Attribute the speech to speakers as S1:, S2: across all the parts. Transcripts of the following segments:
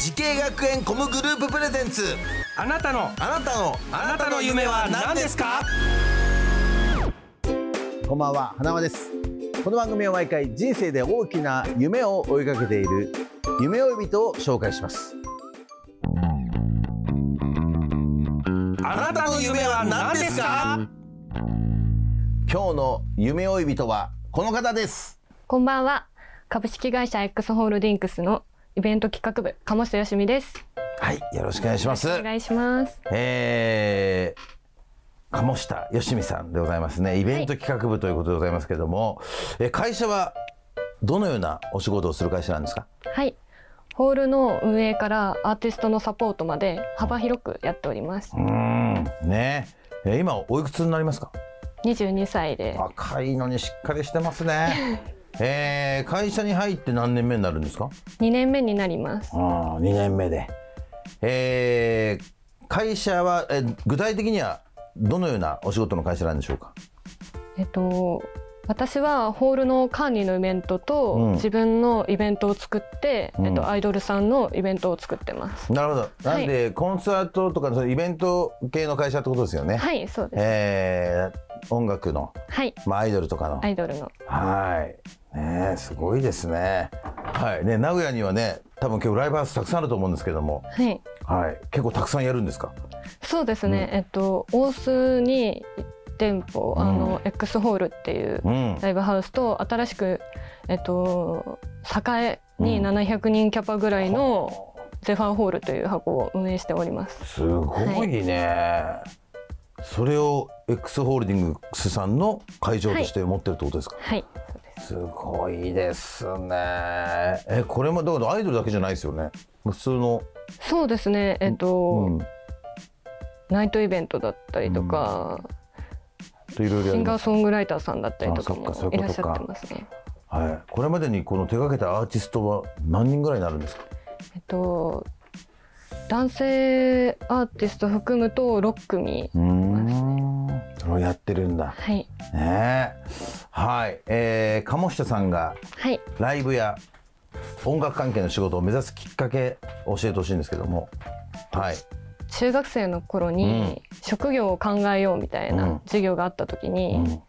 S1: 時系学園コムグループプレゼンツ
S2: あなたの
S1: あなたのあ
S2: なたの夢は何ですか
S3: こんばんは花輪ですこの番組は毎回人生で大きな夢を追いかけている夢追い人を紹介します
S1: あなたの夢は何ですか
S3: 今日の夢追い人はこの方です
S4: こんばんは。株式会社 X ホールディンクスのイベント企画部、鴨下よしみです。
S3: はいよろしくお願いします
S4: お願いします。
S3: えー、鴨下よしみさんでございますねイベント企画部ということでございますけれども、え会社はどのようなお仕事をする会社なんですか
S4: はい。ホールの運営からアーティストのサポートまで幅広くやっております
S3: う。ーんねえー今おいくつになりますか
S4: 22歳で
S3: 若いのにしっかりしてます ねえー、会社に入って何年目になるんですか
S4: 2年目になります。
S3: あ2年目で、えー会社は、えー具体的にはどのようなお仕事の会社なんでしょうか
S4: えっと、私はホールの管理のイベントと、
S3: うん
S4: 自分のイベントを作って、
S3: うん
S4: えっと、アイドルさんのイベントを作ってます。
S3: なるほどなん
S4: い
S3: で、コンサートとかそういうイベント系の会社ってことですよね、
S4: はい、そうです。
S3: えー音楽の、
S4: はい。
S3: まあ、アイドルとかの
S4: アイドルの。
S3: はいねえすごいですねはいね名古屋にはね多分今日ライブハウスたくさんあると思うんですけども、
S4: はい。
S3: はい、結構たくさんやるんですか
S4: そうですね、えっと大須に1店舗、あの X ホールっていう
S3: うん
S4: ライブハウスと新しくえっと栄に700人キャパぐらいのゼファーホールという箱を運営しております。
S3: すごいね、それを X ホールディングスさんの会場として持ってるってことですか、
S4: はい、そうです。
S3: すごいですねえこれもだからアイドルだけじゃないですよね普通の、
S4: そうですね、えっと、
S3: うん、
S4: ナイトイベントだったりとか、
S3: といろいろや
S4: シ
S3: り
S4: ンガ
S3: ま
S4: ー
S3: す
S4: ソングライターさんだったりとか
S3: あ
S4: も
S3: そっかそういう
S4: い
S3: こと
S4: らっ
S3: か
S4: しゃってますね。
S3: はい、これまでにこの手掛けたアーティストは何人ぐらいになるんですか
S4: えっと男性アーティスト含むと6組、
S3: うーんそれをやってるんだ
S4: はい
S3: ねえはい、えー、鴨下さんが
S4: はい。
S3: ライブや音楽関係の仕事を目指すきっかけ教えてほしいんですけどもはい
S4: 中学生の頃に職業を考えようみたい
S3: うん
S4: な授業があった時に、
S3: うん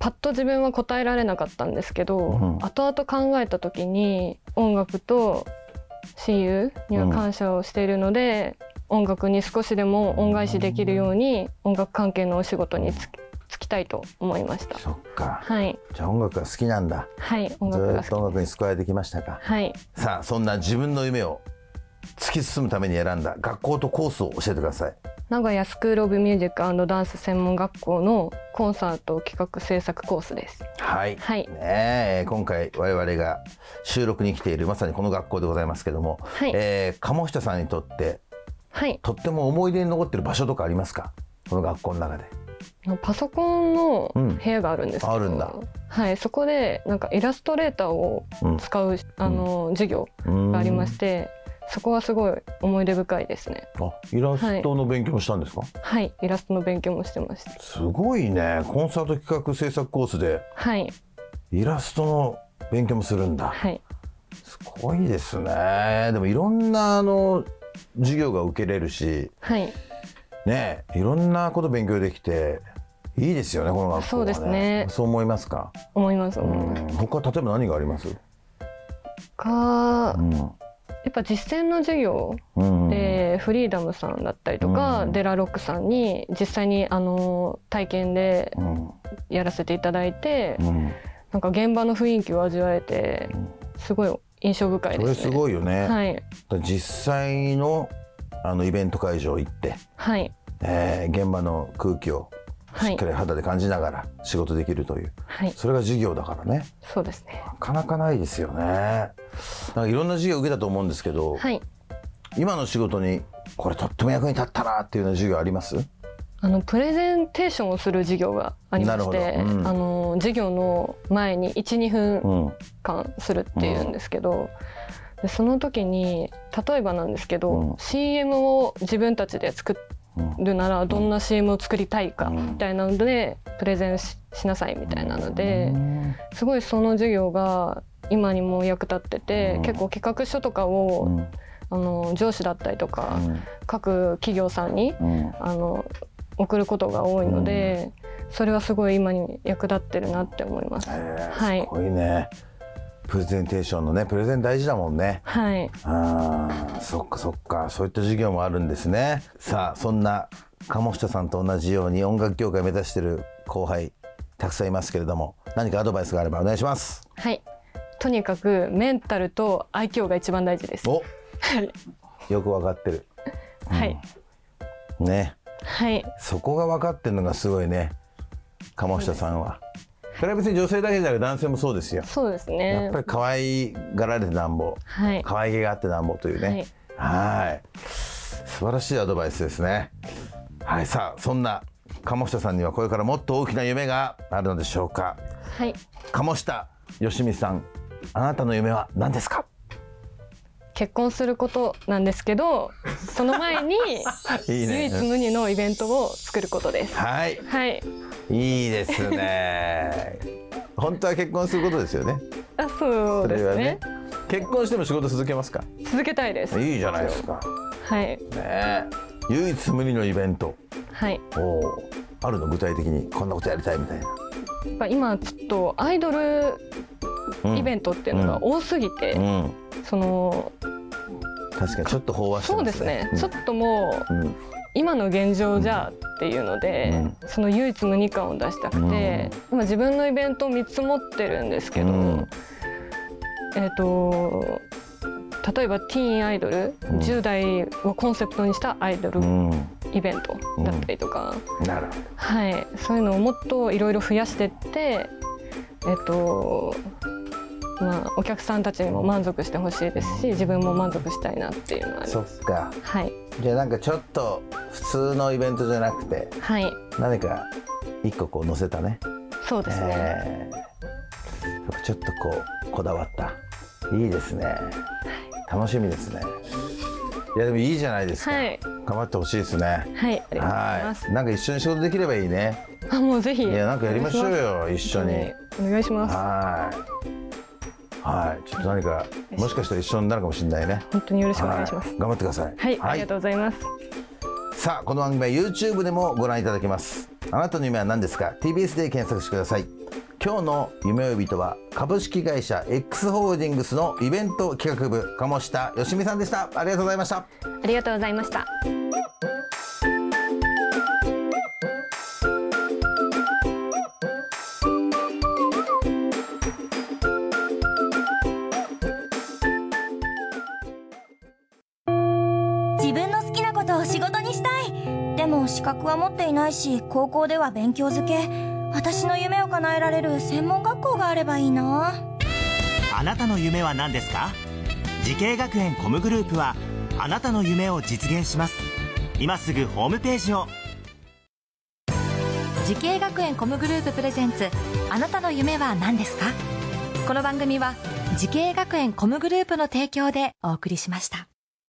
S4: パッと自分は答えられなかったんですけど、
S3: うん
S4: 後々考えた時に音楽と親友には感謝をしているので、音楽に少しでも恩返しできるように音楽関係のお仕事に就き就きたいと思いました。
S3: そっか
S4: はい
S3: じゃあ音楽が好きなんだ
S4: はい音
S3: ず
S4: 楽
S3: ー
S4: が
S3: っと音
S4: 好き
S3: 楽に救われてきましたか
S4: はい
S3: さあそんな自分の夢を突き進むために選んだ学校とコースを教えてください
S4: 名古屋スクール・オブ・ミュージックダンス専門学校のコンサート企画制作コースです。
S3: はい、
S4: はい
S3: ねえ今回我々が収録に来ているまさにこの学校でございますけども、
S4: はい
S3: えー鴨下さんにとって
S4: はい
S3: とっても思い出に残ってる場所とかありますかこの学校の中で
S4: パソコンの部屋があるんですけど、
S3: うんあるんだ
S4: はい、そこでなんかイラストレーターを使う、あの授業がありまして、そこはすごい思い出深いですね。
S3: あイラストの勉強もしたんですか、
S4: はい、イラストの勉強もしてました。
S3: すごいねコンサート企画制作コースで
S4: はい、
S3: イラストの勉強もするんだ
S4: はい、
S3: すごいですねでもいろんなあの授業が受けれるし
S4: はい、
S3: ねいろんなこと勉強できていいですよねこの学校は、ね、
S4: そうですね
S3: そう思いますか、
S4: 思います。
S3: う
S4: 思いま
S3: ん
S4: す、
S3: 他例えば何があります、
S4: か、
S3: うん
S4: やっぱ実践の授業
S3: うん
S4: で、フリーダムさんだったりとか、
S3: うん
S4: デラロックさんに実際にあの体験で
S3: うん
S4: やらせていただいて、
S3: うん、
S4: なんか現場の雰囲気を味わえて
S3: うん
S4: すごい印象深い
S3: そ
S4: です
S3: れ
S4: ね。
S3: すごいよね、
S4: はい
S3: だから実際のあのイベント会場行って、
S4: はい
S3: えー現場の空気を
S4: は
S3: しっ
S4: い
S3: かり肌で感じながら仕事できるという
S4: はい
S3: それが授業だからね
S4: そうですね
S3: なかなかないですよねなんかいろんな授業受けたと思うんですけど、
S4: はい
S3: 今の仕事にこれとっても役に立ったなっていうような授業あります
S4: あのプレゼンテーションをする授業がありまし
S3: な
S4: て、
S3: るほどうん
S4: あの授業の前に12分
S3: うん
S4: 間するっていうんですけど、でその時に例えばなんですけど、
S3: うん
S4: CM を自分たちで作
S3: うん
S4: るならどんな CM を作りたいか
S3: うん
S4: みたいなのでプレゼンししなさいみたいなのですごいその授業が今にも役立ってて、
S3: うん
S4: 結構企画書とか
S3: う
S4: を、
S3: ん
S4: あの上司だったりとか、各企業さんに
S3: うん
S4: あの送ることが多いので、それはすごい今に役立ってるなって思います。
S3: へ
S4: は
S3: え
S4: い
S3: すごいねプレゼンテーションのねプレゼン大事だもんね
S4: はい、
S3: ああそっかそっかそういった授業もあるんですねさあそんな鴨下さんと同じように音楽業界を目指してる後輩たくさんいますけれども何かアドバイスがあればお願いします
S4: はい、とにかくメンタルと愛嬌が一番大事です。
S3: お
S4: はい
S3: よくわかってる
S4: はい、
S3: ね
S4: はい、
S3: そこが分かってるのがすごいね鴨下さんはそれは別に女性だけじゃなく男性もそうですよ
S4: そうです
S3: や
S4: ね
S3: っぱ。り可愛がられてなんぼ
S4: はい、
S3: 可愛げがあってなんぼというねはい素晴らしいアドバイスですねはいさあそんな鴨下さんにはこれからもっと大きな夢があるのでしょうか
S4: はい、
S3: 鴨下よしみさんあなたの夢は何ですか
S4: 結婚することなんですけど、その前 に
S3: いい
S4: 唯一
S3: ね
S4: 無二のイベントを作ることです。
S3: はい
S4: はい、
S3: いいですね本当は結婚することですよね
S4: あ、そうですね。
S3: 結婚しても仕事続けますか
S4: 続けたいです。
S3: いいじゃないですか
S4: はい、
S3: ねえ唯一無二のイベント
S4: はい。
S3: おおあるの具体的にこんなことやりたいみたいな、
S4: やっぱ今ちょっとアイドルイベン
S3: ン
S4: トっていうのが多すぎて、
S3: うん、
S4: その
S3: 確かにちょっと飽和して
S4: そう
S3: ま
S4: です
S3: す
S4: ね
S3: ね、
S4: ちょっともう
S3: うん
S4: 今の現状じゃっていうので、その唯一無二感を出したくて、今自分のイベントを3つ持ってるんですけど、
S3: うん
S4: えっ、と例えばティーンアイドル、
S3: ん
S4: 10代をコンセプトにしたアイドル
S3: うん、うん
S4: イベントだったりとか、
S3: なるほ
S4: はい、そういうのをもっといろいろ増やしてって、えっとまあ、お客さんたちにも満足してほしいですし自分も満足したいなっていうのはあ
S3: ど
S4: り
S3: そ
S4: ま
S3: っか
S4: す。はい、
S3: じゃあなんかちょっと普通のイベントじゃなくて
S4: はい、
S3: 何か一個こう載せたね
S4: そうですね。
S3: えーちょっとこうこだわったいいですね楽しみですねいやでもいいじゃないですか、
S4: はい、
S3: 頑張ってほしいですね
S4: はい、ありがとうございま
S3: は
S4: す。
S3: い、なんか一緒に仕事できればいいね。
S4: あ、もうぜひ。
S3: いや、なんかやりましょう
S4: よ。
S3: よ、一緒に。
S4: お願いします。
S3: はい。はい、ちょっと何か、もしかしたら一緒になるかもしれないね。よ
S4: 本当によろしくお願いします。
S3: 頑張ってください。
S4: はい、ありがとうございます。
S3: さあ、この番組は YouTube でもご覧いただけます。あなたの夢は何ですか ?TBS で検索してください。今日の夢呼びとは、株式会社 X ホールディングスのイベント企画部、鴨下よしみさんでした。ありがとうございました。
S4: ありがとうございました。
S5: 自分の好きなことを仕事にしたいでも資格は持っていないし高校では勉強づけ私の夢を叶えられる専門学校があればいいな
S6: あなたの夢は何ですか時系学園コムグループはあなたの夢を実現します今すぐホームページを
S7: 時系学園コムグループプレゼンツあなたの夢は何ですかこの番組は時系学園コムグループの提供でお送りしました